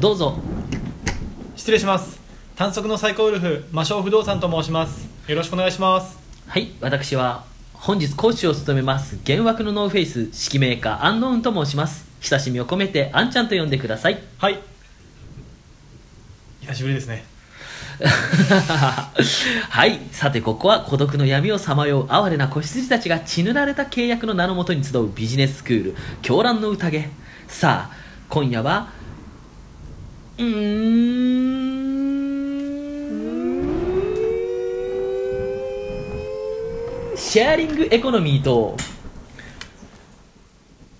どうぞ失礼します短足のサイコウルフ魔性不動産と申しますよろしくお願いしますはい私は本日講師を務めます幻惑のノーフェイス指揮メーカーアンノウンと申します親しみを込めてあんちゃんと呼んでくださいはい久しぶりですね はいさてここは孤独の闇をさまよう哀れな子羊たちが血塗られた契約の名のもとに集うビジネススクール狂乱の宴さあ今夜はうーんシェアリングエコノミーと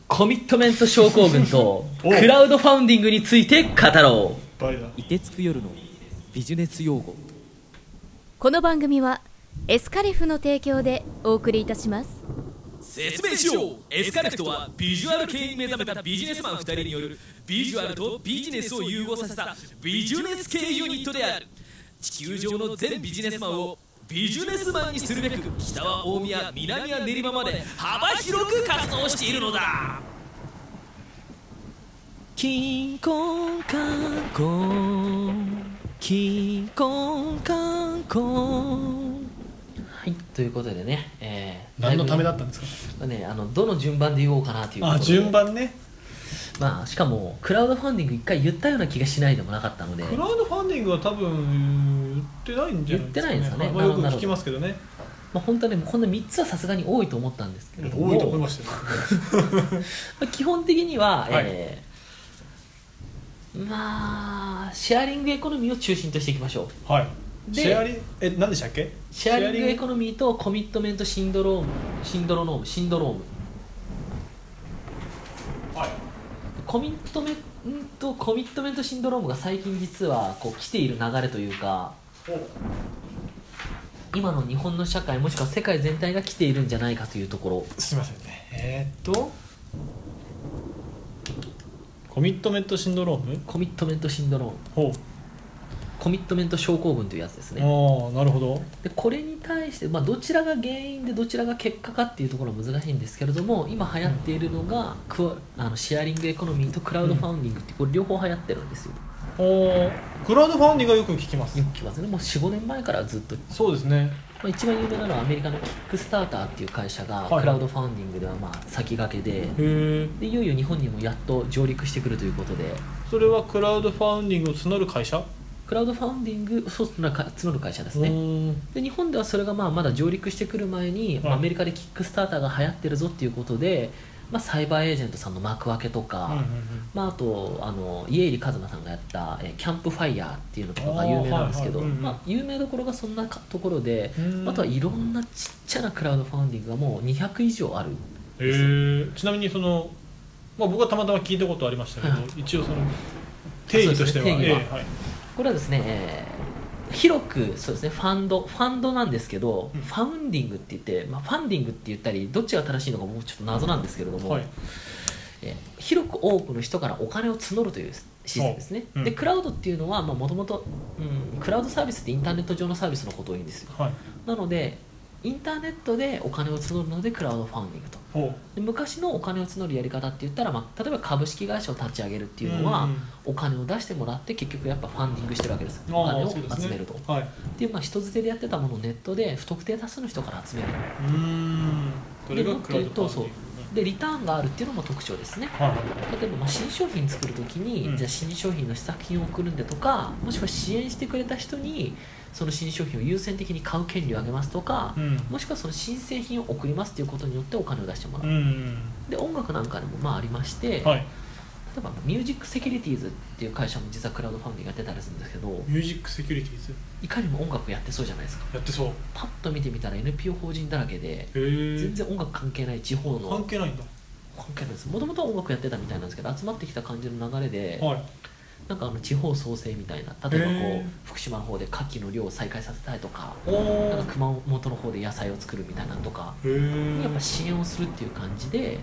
コミットメント症候群 とおクラウドファウンディングについて語ろうバイだ凍てつく夜のビジネス用語この番組はエスカリフの提供でお送りいたします説明しようエスカレフトはビジュアル系に目覚めたビジネスマン2人によるビジュアルとビジネスを融合させたビジネス系ユニットである地球上の全ビジネスマンをビジネスマンにするべく北は大宮南は練馬まで幅広く活動しているのだ金婚観光金婚観光はいということでね、えー何のためだいだったんですかぶねあのどの順番で言おうかなということあで順番ねまあしかもクラウドファンディング一回言ったような気がしないでもなかったのでクラウドファンディングは多分言ってないんじゃ言ないですか、ね、ってないですかねまあ、よくなるほど聞きますけどねまあ、本当はねこの3つはさすがに多いと思ったんですけれども多いと思いましたよまあ基本的には、はいえーまあシェアリングエコノミーを中心としていきましょうはいでシェアリえ何でしたっけシェアリングエコノノミーとコミットメントシンドロームシンドロノームシンドロームはいコミットメントコミットメントシンドロームが最近実はこう来ている流れというか今の日本の社会もしくは世界全体が来ているんじゃないかというところすみませんねえー、っとコミットメントシンドロームコミットメントシンドロームほうコミットメント症候群というやつですねああなるほどでこれに対して、まあ、どちらが原因でどちらが結果かっていうところは難しいんですけれども今流行っているのがクワあのシェアリングエコノミーとクラウドファウンディングってこれ両方流行ってるんですよおクラウドファンディングはよく聞きますよく聞きますねもう45年前からずっと、まそうですねあ、一番有名なのはアメリカのキックスターターっていう会社がはいクラウドファウンディングではまあ先駆けでへえでいよいよ日本にもやっと上陸してくるということでそれはクラウドファウンディングを募る会社クラウドファウンディングそう募るか募る会社ですうね、ーんで日本ではそれがまあまだ上陸してくる前に、まあはいアメリカでキックスターターが流行ってるぞっていうことで、まあ、サイバーエージェントさんの幕開けとか、うんうんうんまあ、あとあの家入一馬さんがやった、えーキャンプファイヤーっていうのとかがあ有ー名なんですけど、はいはいうんうんまあ、有名どころがそんなかところでうーんあとはいろんなちっちゃなクラウドファンディングがもう200以上あるへえちなみにその、まあ、僕はたまたま聞いたことありましたけどはい一応その定義としては,、そうですね定義はええはいこれはですね、えー広くそうですねファンドファンドなんですけど、うんファウンディングって言って、まあ、ファンディングって言ったりどっちが正しいのかもうちょっと謎なんですけれども、はいえー広く多くの人からお金を募るというシステムですね、おうんでクラウドっていうのはもともとクラウドサービスってインターネット上のサービスのことを言うんですよはいなのでインターネットでお金を募るのでクラウドファンディングとほうで昔のお金を募るやり方って言ったら、まあ、例えば株式会社を立ち上げるっていうのは、うんうんお金を出してもらって結局やっぱファンディングしてるわけですあーお金をそうですね集めるとはい、うで、まあ、人づてでやってたものをネットで不特定多数の人から集めるーんそれでがもっとクラウ言うドとフそァンディングうでリターンがあるっていうのも特徴ですねはいはい例えばまあ新商品作るときに、うんじゃあ新商品の試作品を送るんでとかもしくは支援してくれた人にその新商品を優先的に買う権利をあげますとか、うんもしくはその新製品を送りますということによってお金を出してもらうう、んで音楽なんかでもまあありまして、は例いえばミュージックセキュリティーズっていう会社も実はクラウドファンディングやってたりするんですけどミュージックセキュリティーズいかにも音楽やってそうじゃないですかやってそうへパッと見てみたら NPO 法人だらけで全え然音楽関係ない地方の関係ないんだ関係ないですもともとは音楽やってたみたいなんですけど集まってきた感じの流れで、はいなんかあの地方創生みたいな例えばこう、へー福島の方で牡蠣の漁を再開させたいとかおなんーか熊本の方で野菜を作るみたいなのとか、へえやっぱ支援をするっていう感じで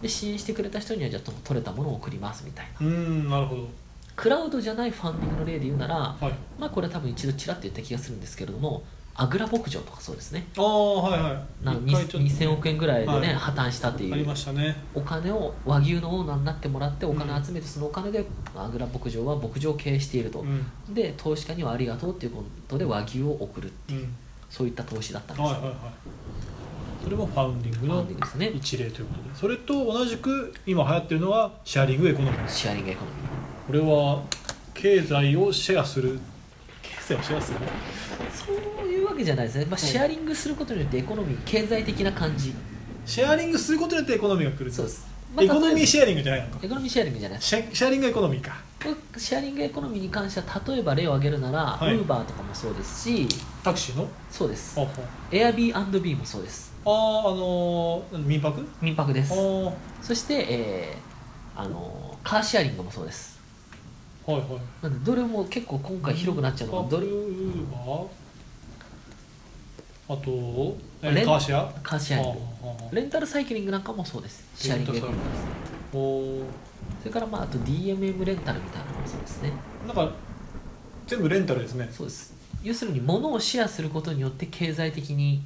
で支援してくれた人にはじゃあ取れたものを送りますみたいなうんなるほどクラウドじゃないファンディングの例で言うなら、はいまあこれは多分一度ちらっと言った気がするんですけれどもアグラ牧場とかそうですねああはいはない一回ちょっ2000億円ぐらいでね、はい破綻したってとありいうましたねお金を和牛のオーナーになってもらってお金を集めてそのお金でアグラ牧場は牧場を経営していると、うんで投資家にはありがとうっていうことで和牛を送るってういうんそういった投資だったんはいですはいよ、はいそれもファウンディングファのウンディングですね一例ということでそれと同じく今流行ってるのはシェアリングエコノミーシェアリングエコノミこれは経済をシェアする経済をシェアするーそういうわけじゃないですね、まあ、シェアリングすることによってエコノミー経済的な感じシェアリングすることによってエコノミーが来るそうです、まあエコノミー例えシェアリングじゃないのかばエコノミーシェアリングじゃないシェシェアリングエコノミーかシェアリングエコノミーに関しては例えば例を挙げるなら、はいウーバーとかもそうですしタクシーのそうですああ Airbnb もそうですあーあのー民泊民泊ですああはそして、えーあのーカーシェアリングもそうですいはいなんでどれも結構今回広くなっちゃうのがどれウーバーあとえレンカーシェアカーシェアリンググレンタルサイクリングなんかもそうですシェアリングエコノミーですおおそれからまああと DMM レンタルみたいなのもそうですねなんか全部レンタルですねそうです要するに物をシェアすることによって経済的に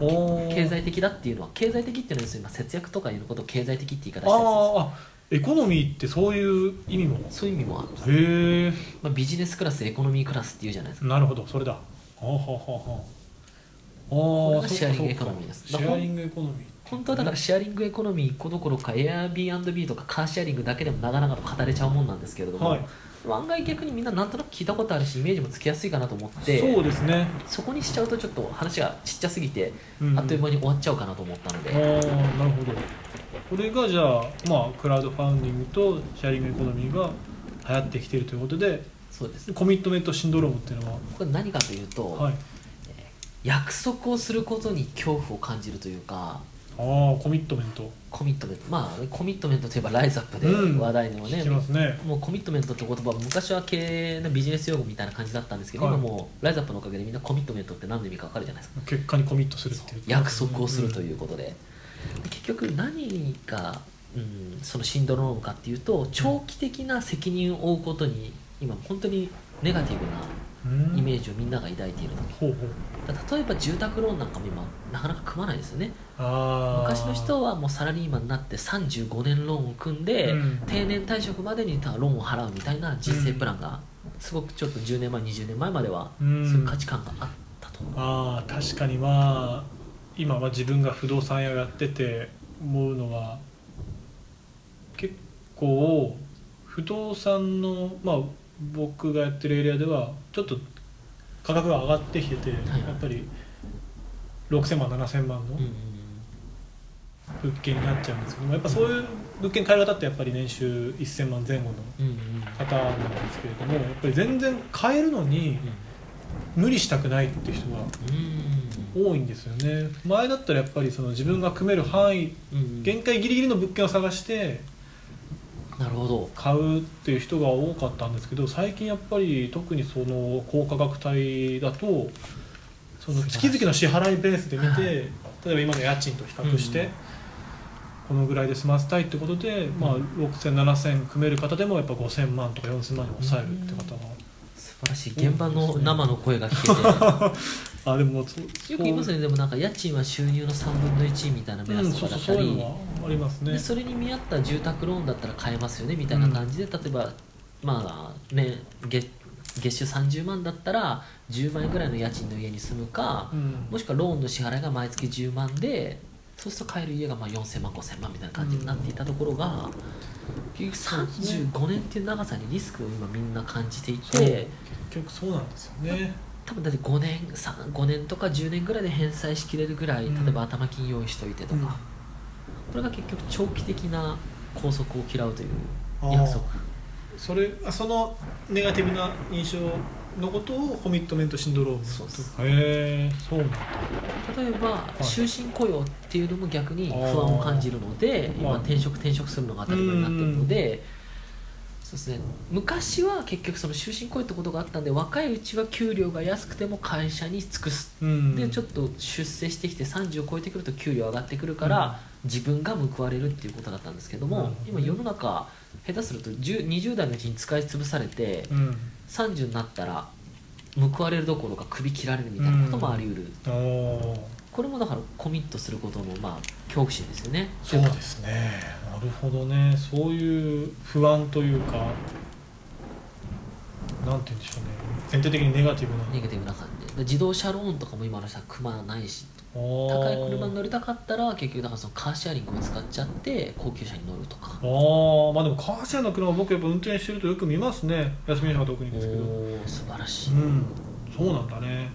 おー経済的だっていうのは経済的っていうのは要するにまあ節約とかいうことを経済的って言い方してるんであーあエコノミーってそういう意味もすそういう意味もあるんです、へえまあ、ビジネスクラスエコノミークラスっていうじゃないですかなるほどそれだはあはあはあこはれああがーシェアリングそっエかコノミーですそっかシェアリングエコノミー本当はだからシェアリングエコノミー1個どころか Airbnb とかカーシェアリングだけでも長々と語れちゃうもんなんですけれども、はい案外逆にみんななんとなく聞いたことあるしイメージもつきやすいかなと思ってそうですねそこにしちゃうとちょっと話がちっちゃすぎて、うんあっという間に終わっちゃうかなと思ったので、ああなるほどこれがじゃあまあクラウドファウンディングとシェアリングエコノミーが流行ってきているということでそうですコミットメントシンドロームっていうのはこれ何かというと、はい約束をすることに恐怖を感じるというかああコミットメントコミットメントまあコミットメントといえばライズアップでうん話題のね、聞きますねもうコミットメントって言葉は昔は経営のビジネス用語みたいな感じだったんですけど、はい今もうライズアップのおかげでみんなコミットメントって何の意味か分かるじゃないですか結果にコミットするっていう約束をするとういうことで,、で結局何が、うん、そのシンドロームかっていうと長期的な責任を負うことに今本当にネガティブなイメジージをみんなが抱いていると、ほうほうだから例えば住宅ローンなんかも今なかなか組まないですよねあー昔の人はもうサラリーマンになって35年ローンを組んで、うん定年退職までにローンを払うみたいな人生プランが、すごくちょっと10年前20年前までは、うんそういう価値観があったとあー確かにまあ今は自分が不動産屋をやってて思うのは結構不動産のまあ僕がやってるエリアではちょっと価格が上がってきてて、はいやっぱり6000万7000万のうん物件になっちゃうんですけどもやっぱそういう物件買い方ってやっぱり年収1000万前後のうんうんうん方なんですけれどもやっぱり全然買えるのに無理したくないって人がうん多いんですよね前だったらやっぱりその自分が組める範囲うん限界ギリギリの物件を探してなるほど買うっていう人が多かったんですけど最近やっぱり特にその高価格帯だとその月々の支払いベースで見はいて例えば今の家賃と比較して、うんこのぐらいで済ませたいってことで、まあ、60007000組める方でもやっぱ5000万とか4000万に抑えるって方が、素晴らしい現場の生の声が聞け あでもそよてよく言いますよねでもなんか家賃は収入の3分の1みたいな目うん、安とそかうだそうったそうり、いうのはありますねでそれに見合った住宅ローンだったら買えますよねみたいな感じで、例えばまあね月月収30万だったら10万円ぐらいの家賃の家に住むか、うんもしくはローンの支払いが毎月10万でそうすると買える家がまあ4000万5000万みたいな感じになっていたところが、結局そうですね35年っていう長さにリスクを今みんな感じていそうて結局そうなんですよね多分だって5年3 5年とか10年ぐらいで返済しきれるぐらい、うん例えば頭金用意しといてとか、うんこれが結局長期的な拘束を嫌うというあー約束それあそのネガティブな印象のことをコミットメントシンドロームそうですとへえそうなんだ例えばい終身雇用っていうのも逆にあ不ー安を感じるので今はい転職転職するのが当たり前になってるのでそうですね昔は結局その終身雇用ってことがあったんで若いうちは給料が安くても会社に尽くすうんでちょっと出世してきて30を超えてくると給料上がってくるから、自分が報われるっていうことだったんですけどなるもほど今世の中下手すると10 20代のうちに使い潰されてうん30になったら報われるどころか首切られるみたいなこともあり得る、おーこれもだからコミットすることのまあ恐怖心ですよねそうですねなるほどねそういう不安というかなんて言うんでしょうね全体的にネガティブなネガティブな感じで自動車ローンとかも今の人は組まないし高高い車に乗りたかったら結局だからそのカーシェアリングを使っちゃって高級車に乗るとかあーまあでもカーシェアの車僕やっぱ運転してるとよく見ますね休みの日は特におですけどうー素晴らしい、んそうなんだね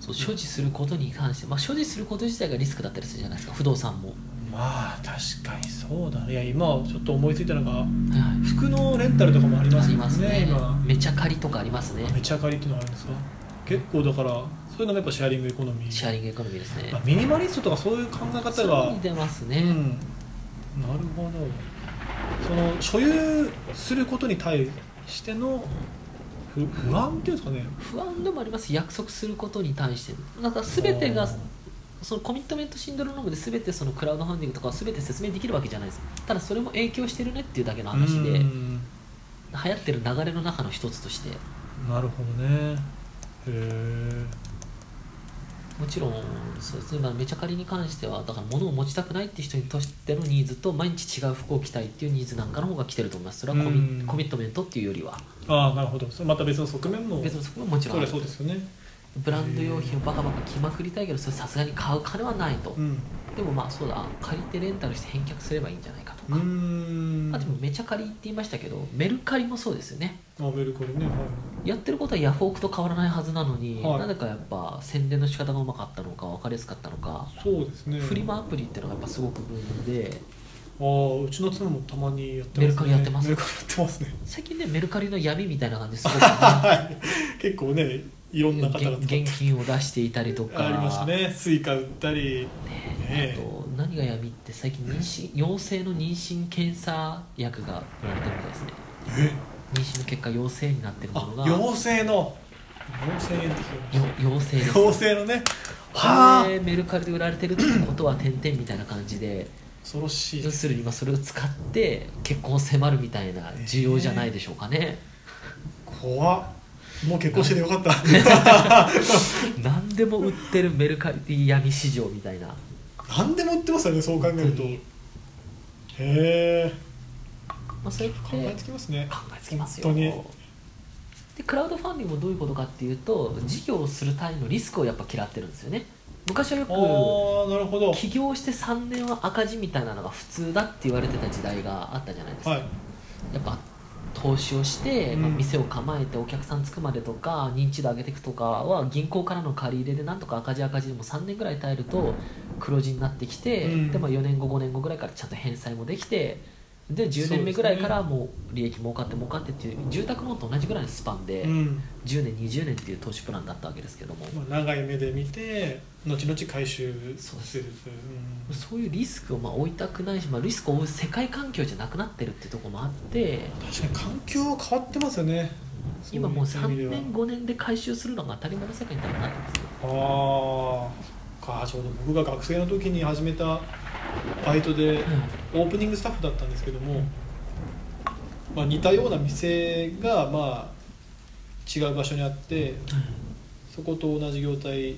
そう所持することに関して、まあ、所持すること自体がリスクだったりするじゃないですか不動産も、まあ確かにそうだねいや今ちょっと思いついたのがはいはい服のレンタルとかもありまあすもりんますね今めちゃ借りとかありますねめちゃ借りっていうのはあるんですか結構だからそういうのもやっぱシェアリングエコノミーシェアリングエコノミーですねまあ、ミニマリストとかそういう考え方がに出ますね、うん、なるほどその所有することに対しての不不安っていうんですかね不安でもあります約束することに対してなんか全てがそのコミットメントシンドロームで全てそのクラウドファンディングとかは全て説明できるわけじゃないですただそれも影響してるねっていうだけの話でう流ん行ってる流れの中の一つとしてなるほどねへえもちろんそうですね、まあ、めちゃ借りに関してはだから物を持ちたくないっていう人にとしてのニーズと毎日違う服を着たいっていうニーズなんかの方が来てると思いますそれはコミ,、うんコミットメントっていうよりはああなるほどそれまた別の側面も別のそこももちろそんあれるはそうですよねブランド用品をバカバカ着まくりたいけどそれさすがに買う金はないと、うんでもまあそうだ借りてレンタルして返却すればいいんじゃないかとうか、ーんあでもめちゃ借りって言いましたけどメルカリもそうですよねあメルカリねはいやってることはヤフオクと変わらないはずなのに、はいなぜかやっぱ宣伝の仕方がうまかったのか分かりやすかったのか、そうですねフリマアプリってのがやっぱすごくブームでああうちの妻もたまにやってますメねルカリやってますメルカリやってますね 最近ねメルカリの闇みたいな感じですごく、はい結構ね いろんな方が使っ現て現金を出していたりとかありましたねスイカ売ったりあと何が闇って最近妊娠陽性の妊娠検査薬が売られてるみたいですね妊娠の結果陽性になってるもあのが妖精の妖精って聞よこ陽性でえますす妖精のねこはあれメルカリで売られてるってことは点々みたいな感じで恐ろしい要するに今それを使って結婚を迫るみたいな需要じゃないでしょうかね、怖っもう結婚しててよかった 何でも売ってるメルカリ闇市場みたいな何でも売ってますよねそう考えると本へえまあ、それって考えつきますね考えつきますよ本当にでクラウドファンディングもどういうことかっていうと事業をする際のリスクをやっぱ嫌ってるんですよね昔はよああくなるほど起業して3年は赤字みたいなのが普通だって言われてた時代があったじゃないですか、はいやっぱ投資をして、まあ、うん店を構えてお客さんつくまでとか認知度上げていくとかは銀行からの借り入れでなんとか赤字赤字でも3年ぐらい耐えると黒字になってきて、うんでまあ、4年後5年後ぐらいからちゃんと返済もできてで10年目ぐらいからもう利益儲かって儲かってっていう住宅ローンと同じぐらいのスパンで、うん10年20年っていう投資プランだったわけですけども、まあ長い目で見て後々回収そうするうんそういうリスクをまあ負いたくないし、まあ、リスクを負う世界環境じゃなくなってるってところもあって確かに環境変わってますよね今もうそい意味で3は年5年で回収するのが当たり前の世界になってますよああかちょうど僕が学生の時に始めたバイトでオープニングスタッフだったんですけども、まあ、似たような店がまあ違う場所にあってそこと同じ業態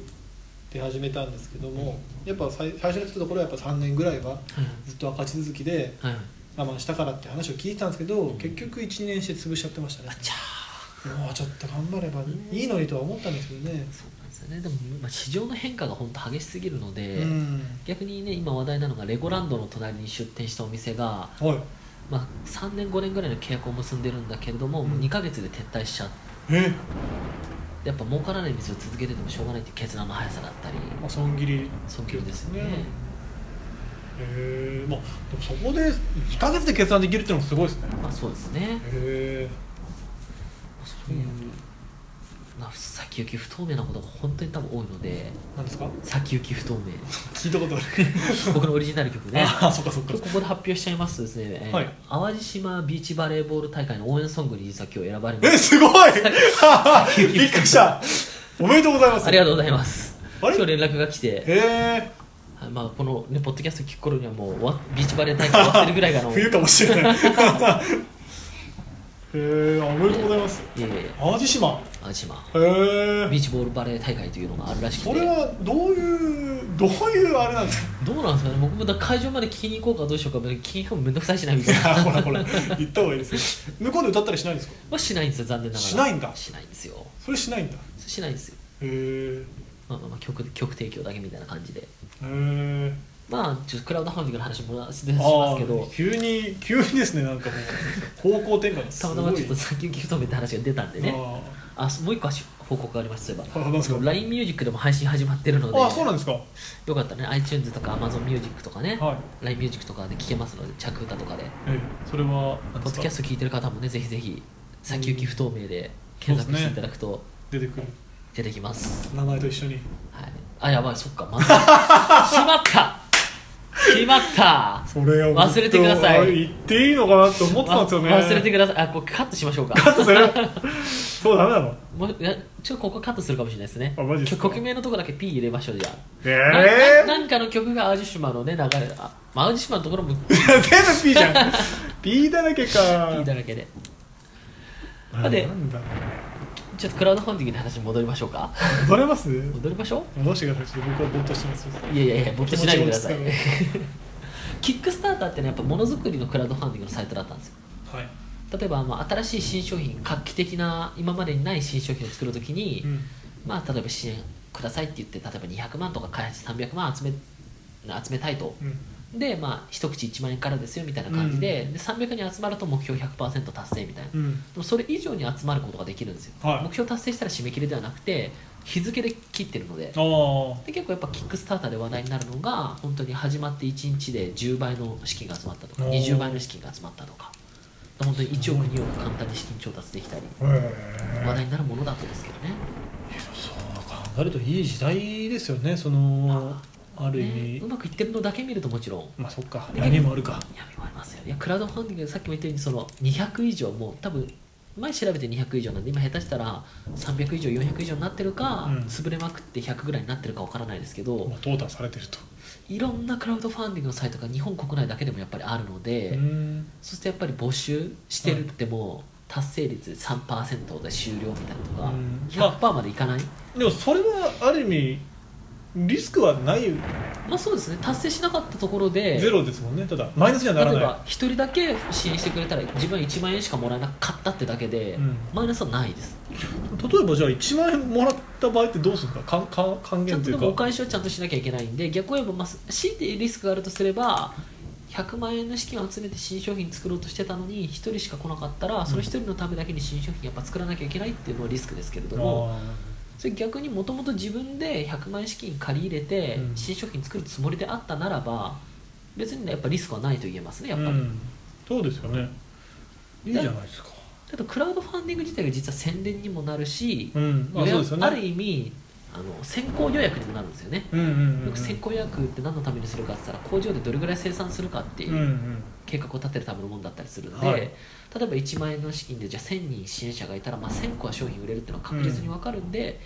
で始めたんですけどもやっぱ最最初に来たところはやっぱ3年ぐらいはずっと赤字続きではいはい我慢したからって話を聞いてたんですけど結局1年して潰しちゃってましたねもうちょっと頑張ればいいのにとは思ったんですけどね、そうなんですよねでも、まあ、市場の変化が本当激しすぎるので、うん逆にね今話題なのがレゴランドの隣に出店したお店が、はいまあ、3年5年ぐらいの契約を結んでるんだけれども、うんもう2ヶ月で撤退しちゃっえてやっぱ儲からない店を続けててもしょうがないっていう決断の速さだったりまあ損切り尊敬ですよねへえまあでもそこで2ヶ月で決断できるっていうのもすごいですねまあそうですねへえそういう、まあ、先行き不透明なことが本当に多分多いので何ですか先行き不透明 聞いたことある僕のオリジナル曲ねああそっか そっかここで発表しちゃいますとですね、えーはい淡路島ビーチバレーボール大会の応援ソングに実は今日選ばれまえしすご いびっくりしたおめでとうございまたすありがとううございますあ今れ日連絡が来て、へえはいまあ、この、ね、ポッドキャスト聞く頃にはもう終わビーチバレー大会終わってるぐらいかの冬かもし れないへえあおめでとうございますいえいえ淡路島島へビーチボールバレー大会というのがあるらしくそれてはどういうどう いうあれなんですかどうなんですかね僕もだから会場まで聞きに行こうかどうしようか聞きに行くのめんどくさいしなみいたい なやほらほら言った方がいいですよ向こうで歌ったりしないんですかはしないんですよ残念ながらしないんだしないんですよそれしないんだしないんですよへえまあまあまあ曲曲提供だけみたいな感じでへえまあちょっとクラウドファンディングの話もなしまあすけどあ急に急にですねなんかもう方向転換がすたごまいたまちょっと先行き不透明って話が出たんでねああもう一個はし報告がありますそういえあばなんですか LINE ミュージックでも配信始まってるのでああそうなんですかはよかったらね iTunes とか Amazon ミュージックとかね、いえ LINE ミュージックとかで聴けますので着歌とかでえそれは何ポでッすドかキャスト聴いてる方もねぜひぜひ先行き不透明で検索していただくと出てくる出てきます、名前と一緒にはい、あやばいそっか またしまったしまったそれを忘れてくださいあれ言っていいのかなって思ってたんですよねわ忘れてくださいあこれカットしましょうかカットするそうダメなのもういやちょっとここカットするかもしれないですねあマジっすか曲曲名のとこだけ P 入れましょうじゃえあ、なえななんかの曲が淡路島のね流れあまあ淡路島のところも P 全部 P じゃん P だらけかだらけであでなんだちょっとクラウドファンディングの話に戻りましょうか戻れます戻りましょ戻してくださいちょっと僕はぼーっとしてますういやいやいやぼっとしないでください気持ち落 キックスターターってねやっぱものづくりのクラウドファンディングのサイトだったんですよはい、例えば、まあ、新しい新商品画期的な今までにない新商品を作るときに、うん、まあ、例えば支援くださいって言って例えば200万とか開発300万集め集めたいと、うんで、まあ、一口1万円からですよみたいな感じで,、で300人集まると目標100%達成みたいな、でうんもそれ以上に集まることができるんですよ、はい目標達成したら締め切りではなくて日付で切ってるのでああで結構やっぱキックスターターで話題になるのが本当に始まって1日で10倍の資金が集まったとかおー20倍の資金が集まったとか本当に1億2億簡単に資金調達できたりへ話題になるものだったんですけどねそう考えるといい時代ですよねそのある意ね味、うまくいってるのだけ見るともちろんまあそっか闇もあるか闇もありますよいやクラウドファンディングさっきも言ったようにその200以上もう多分前調べて200以上なんで今下手したら300以上400以上になってるか、うん潰れまくって100ぐらいになってるかわからないですけど、もう淘汰されてるといろんなクラウドファンディングのサイトが日本国内だけでもやっぱりあるので、うんそしてやっぱり募集してるってもう達成率3%で終了みたいなとか、うん100%までいかない、でもそれはある意味リスクはないまあ、そうですね達成しなかったところでゼロですもんねただマイナスにはなら例えなば1人だけ支援してくれたら自分は1万円しかもらえなかったってだけで、うんマイナスはないですい例えばじゃあ1万円もらった場合ってどうするんですかかんかん還ちゃ元んとといでもおうか返しはちゃんとしなきゃいけないんで逆を言えば、まあ、強いてリスクがあるとすれば100万円の資金を集めて新商品作ろうとしてたのに1人しか来なかったらその1人のためだけに新商品やっぱ作らなきゃいけないっていうのはリスクですけれども、それ逆にもともと自分で100万円資金借り入れてうん新商品作るつもりであったならば別にねやっぱリスクはないと言えますねあやーっぱうり、んそうですよねいいじゃないですかただクラウドファンディング自体が実は宣伝にもなるし、うんまあ予約そうですよあるね意味あの先行予約にもなるんですよね、うんうんうんよく先行予約って何のためにするかって言ったら工場でどれぐらい生産するかっていううん計画を立てるためのものだったりするので、はい例えば1万円の資金でじゃあ1000人支援者がいたら、まあ、1000個は商品売れるっていうのは確実に分かるんで、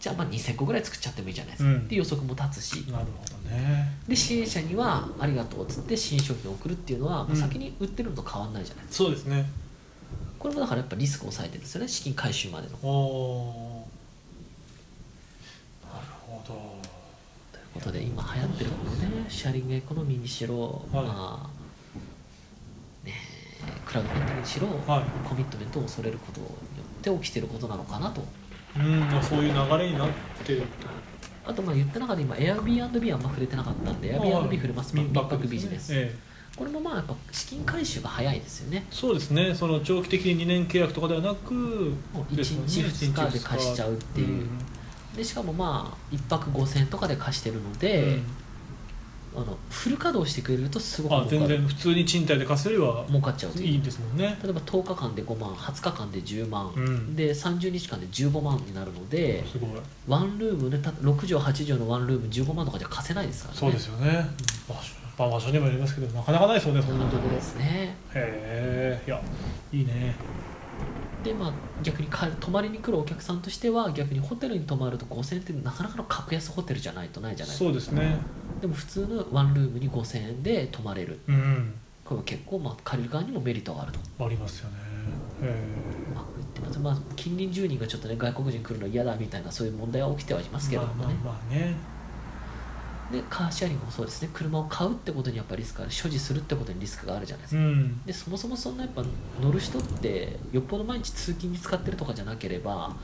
じゃあまあ2000個ぐらい作っちゃってもいいじゃないですか、うんっていう予測も立つしなるほどねで支援者にはありがとうっつって新商品を送るっていうのは、まうあ、ん先に売ってるのと変わらないじゃないですか、そうですねこれもだからやっぱリスクを抑えてるんですよね資金回収までの。おおなるほどということで今流行ってるものねシェアリングエコノミーにしろ、はいまあねえクラウドファンディングにしろ、はいコミットメントを恐れることによって起きてることなのかなとうんまあそういう流れになってるあとまあ言った中で今 Airbnb あんま触れてなかったんで Airbnb 触れます民まあ民泊泊ビジネス、ええこれもまあやっぱ資金回収が早いですよねそうですねその長期的に2年契約とかではなくもうです1もん日ね2日で貸しちゃうっていう、でしかもまあ1泊5000円とかで貸してるのうんで、あのフル稼働してくれるとすごくあ儲全かる然普通に賃貸で貸すよりは儲かっちゃうといういいですもんね例えば10日間で5万20日間で10万、うんで30日間で15万になるのですごいワンルームねた6畳8畳のワンルーム15万とかじゃ貸せないですからねそうですよね場所,、まあ、場所にもよりますけどなかなかないですよねそなんなかとなこかろでへすねえいやいいねでまあ逆にか泊まりに来るお客さんとしては逆にホテルに泊まると5000円ってなかなかの格安ホテルじゃないとないじゃないそうですねでも普通のワンルームに5000円で泊まれるうんこれは結構まあ借りる側にもメリットがあるとうありますよねへまくいってままあ、近隣住人がちょっとね外国人来るの嫌だみたいなそういう問題は起きてはいますけれどもまあね、まあまあねでカーシェアリングもそうですね車を買うってことにやっぱリスクがある所持するってことにリスクがあるじゃないですうか、んでそもそもそんなやっぱ乗る人ってよっぽど毎日通勤に使ってるとかじゃなければ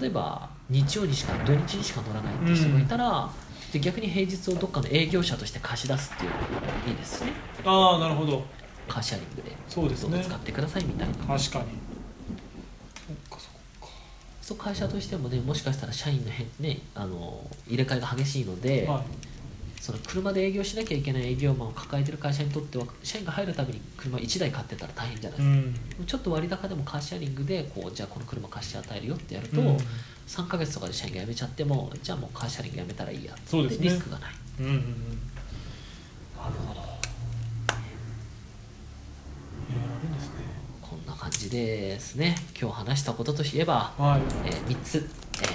例えば日曜にしか土日にしか乗らないっていう人がいたら、で逆に平日をどっかの営業者として貸し出すっていうのもいいですねああなるほどカーシェアリングでそうですどうぞね使ってくださいみたいな確かにそっかそっかそう会社としてもねもしかしたら社員の変、ね、あの入れ替えが激しいので、はい、その車で営業しなきゃいけない営業マンを抱えてる会社にとっては社員が入るために車1台買ってたら大変じゃないうですか、んちょっと割高でもカーシェアリングでこうじゃあこの車貸して与えるよってやると、うん3ヶ月とかで社員が辞めちゃってもじゃあもうカーシェアリング辞めたらいいやってそうですねリスクがないうんうんうんなるほどいやあるんですねこんな感じですね今日話したことといえば、はいえー3つ、えー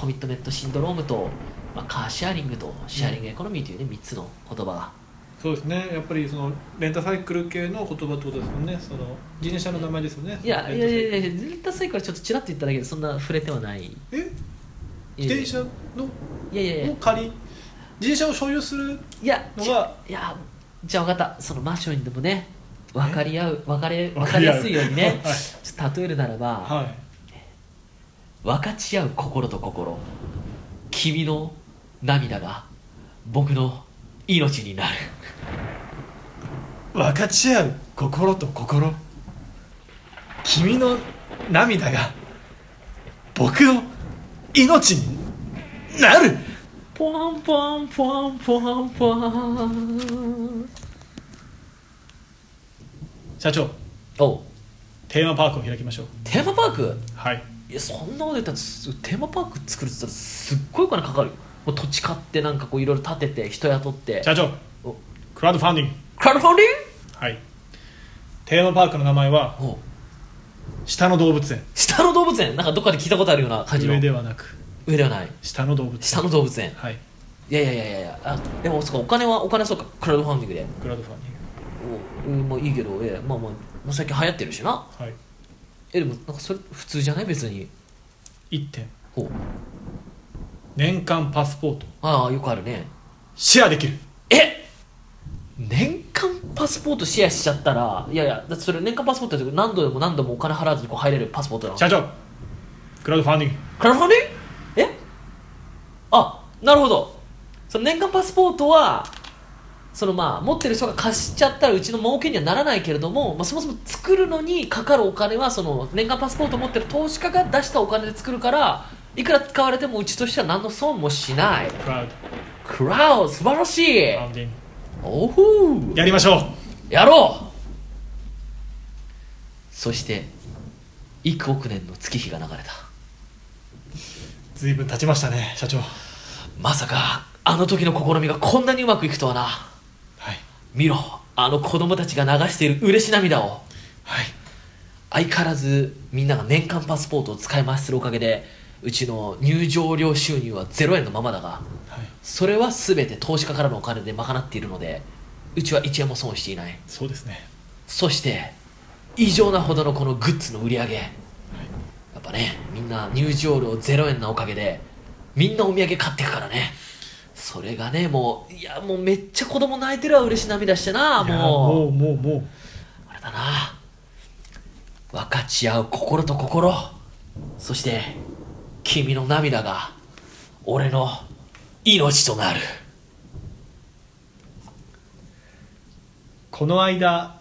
コミットメントシンドロームと、まあ、カーシェアリングとシェアリングエコノミーという、ね、3つの言葉がそうですねやっぱりそのレンタサイクル系の言葉ってことですもんねその自転車の名前ですよねいやレンいタやサイクいルやいやレンタサイクルはちょっとちらっと言っただけでそんな触れてはないえ自転車のいやいやいやを借り自転車を所有するいやのちが、いやじゃあ分かったそのマンションでもね分かり合う分かれ分かりやすいようにねはいちょっと例えるならば、はい分かち合う心と心君の涙が僕の命になる分かち合う心と心君の涙が僕の命になるポンポンポンポンポン社長おテーマパークを開きましょうテーマパークはいいやそんなこと言ったらすテーマパーク作るって言ったらすっごいお金かかるよもう土地買ってなんかこういろいろ建てて人雇って社長おクラウドファンディングクラウドファンデはいテーマパークの名前はィングお下の動物園下の動物園なんかどっかで聞いたことあるような感じの上ではなく上ではない下の動物園下の動物園はいいやいやいやいやいやあでもそうかお金はお金はそうかクラウドファンディングでクラウドファンディンおうんまあいいけどいやまあまあもう最近流行ってるしなグはいえでもなんかそれ普通じゃない別に1点ほう年間パスポートああよくあるねシェアできるえ年間パスポートシェアしちゃったらいやいやだってそれ年間パスポートって何度でも何度もお金払わずにこう入れるパスポートなの社長クラウドファンディングクラファンディングえあなるほどその年間パスポートはそのまあ持ってる人が貸しちゃったらうちの儲けにはならないけれども、まあ、そもそも作るのにかかるお金はその年間パスポート持ってる投資家が出したお金で作るからいくら使われてもうちとしては何の損もしないクラウドクラウド素晴らしいファンディングおほうやりましょうやろうそして幾億年の月日が流れたずいぶん経ちましたね社長はまさかあの時の試みがこんなにうまくいくとはない見ろあの子供たちが流している嬉し涙をはい相変わらずみんなが年間パスポートを使い回しするおかげでうちの入場料収入は0円のままだがはいそれは全て投資家からのお金で賄っているのでうちは1円も損をしていないそうですねそして異常なほどのこのグッズの売り上げ、やっぱねみんな入場料0円なおかげでみんなお土産買ってくからねそれがねもういやもうめっちゃ子供泣いてるわ嬉しい涙してないやもうもうもうもうあれだな分かち合う心と心そして君の涙が俺の命となるこの間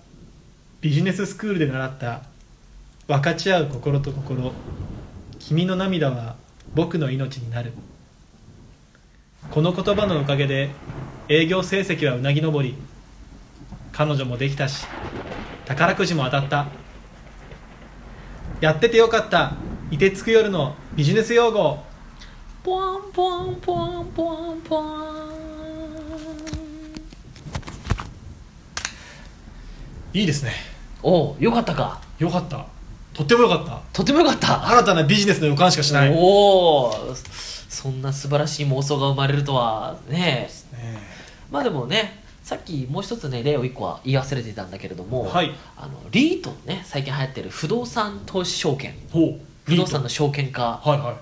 ビジネススクールで習った分かち合う心と心君の涙は僕の命になるこの言葉のおかげで営業成績はうなぎ登り彼女もできたし宝くじも当たったやっててよかった凍てつく夜のビジネス用語ポンポンポンポンポンいいですねおうよかったかよかったとってもよかったとてもよかった新たなビジネスの予感しかしないねおおそんな素晴らしい妄想が生まれるとはねえまあでもねさっきもう一つね例を一個は言い忘れてたんだけれども、はいあのリートのね最近流行ってる不動産投資証券ほう不動産リの証券化ートはいはっ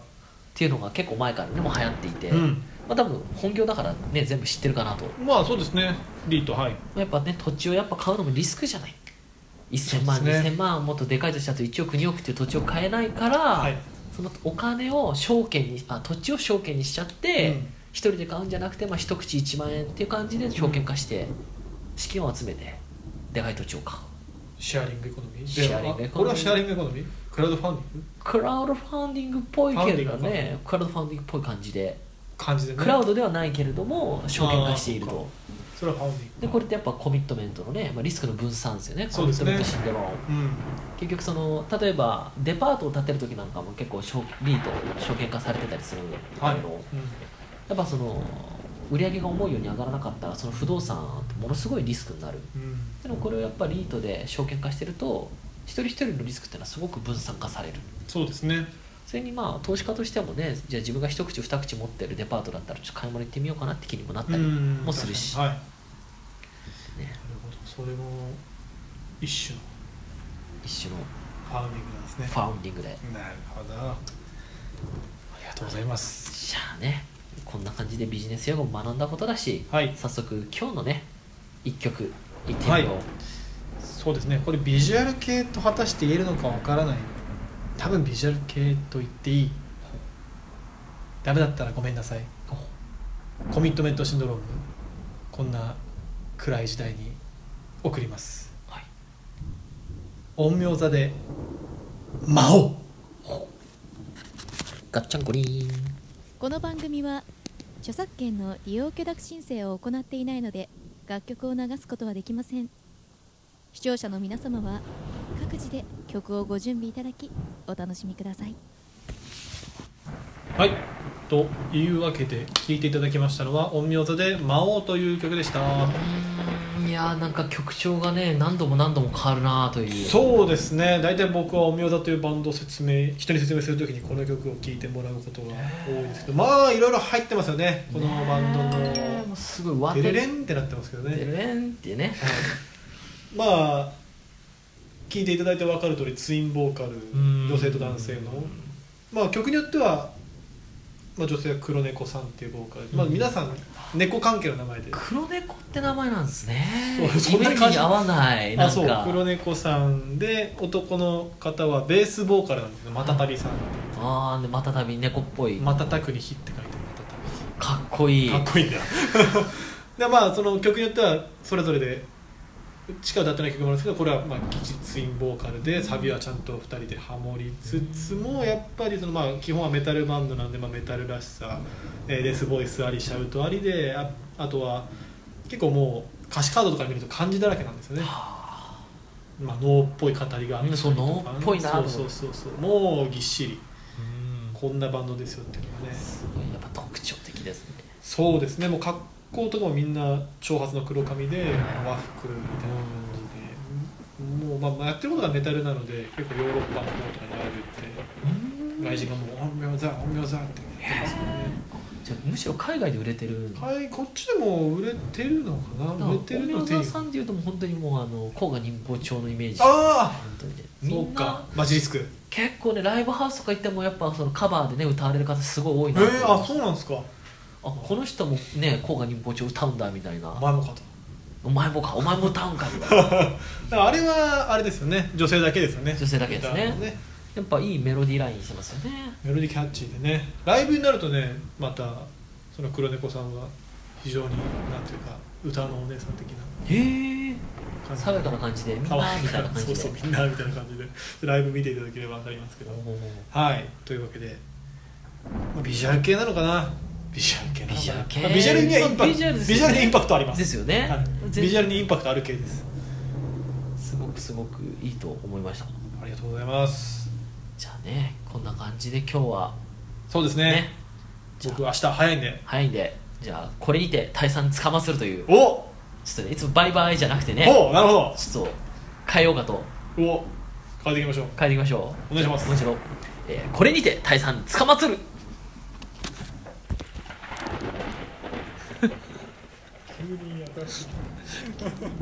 ていうのが結構前からねもう流行っていて、いうんまあ、多分本業だからね全部知ってるかなとまあそうですねリートはいやっぱね土地をやっぱ買うのもリスクじゃない1000そ万、うですね2000万もっとでかいとしたと1億2億っていう土地を買えないから、はいそのお金を証券にあ土地を証券にしちゃって、うん一人で買うんじゃなくて、まあ、一口1万円っていう感じで証券化して、資金を集めてでかい土地を買うシェアリングエコノミーシェアリングエコノミーでこれはシェアリングエコノミークラウドファンディングクラウドファンディングっぽいけれどファンディングねクラウドファンディングっぽい感じで感じでねクラウドではないけれども証券化しているあーとそれはファンディングでこれってやっぱコミットメントのね、まあ、リスクの分散ですよねそうですねコミットメントシンドロームうん結局その例えばデパートを建てる時なんかも結構証リート証券化されてたりするんだはいけど、やっぱその売り上げが思うように上がらなかったらその不動産ってものすごいリスクになるうんうんでもこれをやっぱリートで証券化してると一人一人のリスクっていうのはすごく分散化されるそうですねそれにまあ投資家としてもねじゃあ自分が一口二口持ってるデパートだったらちょっと買い物行ってみようかなって気にもなったりうんもするし、確かにはいねなるほどそれも一種の一種のファンディングなんですねファウンディングでなるほどありがとうございますじゃあねこんな感じでビジネス用語も学んだことだし、はい早速今日のね一曲いってみよう、はいそうですねこれビジュアル系と果たして言えるのかわからない多分ビジュアル系と言っていいダメだったらごめんなさいコミットメントシンドロームこんな暗い時代に送ります、はい陰陽座で魔王ガッチャンコリーンこの番組は著作権の利用許諾申請を行っていないので楽曲を流すことはできません視聴者の皆様は各自で曲をご準備いただきお楽しみくださいはいというわけで聴いていただきましたのは陰陽座で魔王という曲でしたいやーなんか曲調がね何度も何度も変わるなというそうですね大体僕は「おみおだ」というバンドを説明人に説明するときにこの曲を聴いてもらうことが多いですけどまあいろいろ入ってますよねこのバンドねーものうすごいわ「デレレン」ってなってますけどデレねレンってねまあ聴いていただいて分かる通りツインボーカルん女性と男性のまあ曲によっては、まあ、女性は黒猫さんっていうボーカル、まあ、うん皆さん猫関係の名前で黒猫って名前なんですねそうそイんメなー感じジに合わないなあんそうか黒猫さんで男の方はベースボーカルなんですけどまたたびさんああでまたたび猫っぽい瞬くに火って書いてあるかっこいいかっこいいんだよ でまあその曲によってはそれぞれでしか歌ってない曲もあるんですけどこれはまあきちツインボーカルでサビはちゃんと2人でハモりつつもやっぱりそのまあ基本はメタルバンドなんでまあメタルらしさえーデスボイスありシャウトありでああとは結構もう歌詞カードとか見ると漢字だらけなんですよねまあ脳っぽい語りがあったりとかそう脳っぽいなとそ思っうてそうそうそうもうぎっしりうんこんなバンドですよっていうのがねすごいやっぱ特徴的ですねそうですねもう格好とかもみんな長髪の黒髪で和服みたいな感じでもう、まあまあ、やってることがメタルなので結構ヨーロッパの方とかにライブ行って外人がもう「本名ザ本名ザ」ってやってますよねじゃあむしろ海外で売れてるはいこっちでも売れてるのかな売れてるの本てい名うさんっていうともう本当にもうあの甲賀人望町のイメージ本ああ当にねそみうんかなバジリスクへ結構ねライブハウスとか行ってもやっぱそのカバーでね歌われる方すごい多いなえとー、あそうなんですかあこの人もね甲賀人望町歌うんだみたいおな前もかとお前もかお前も歌うんかみたいなだからあれはあれですよね女性だけですよね女性だけですね 歌のやっぱいいメロディーラインしてますよねメロディーキャッチーでねライブになるとねまたその黒猫さんは非常になんていうか歌のお姉さん的なへえ感じ爽やかな感じでみんな爽やみたいな感かじそでうそうみんなみたいな感じでライブ見ていただければ分かりますけどおーはいというわけで、まあ、ビジュアル系なのかなビジュアル系なのかなビジュアル系まあビジュアルにはインパクト、まあビビジジュュアアルルですよにねインパクトありますですよねはい全ビジュアルにインパクトある系ですすごくすごくいいと思いましたありがとうございますじゃあねこんな感じで今日はそうですねね僕明日早いんで早いんでじゃあこれにて退散つかまするというおちょっとねいつもバイバイじゃなくてねおなるほどちょっと変えようかとお変えていきましょう変えていきましょうお願いしますもちろん、えーこれにて退散つかまつる急に新しい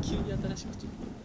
急に新しくちょっと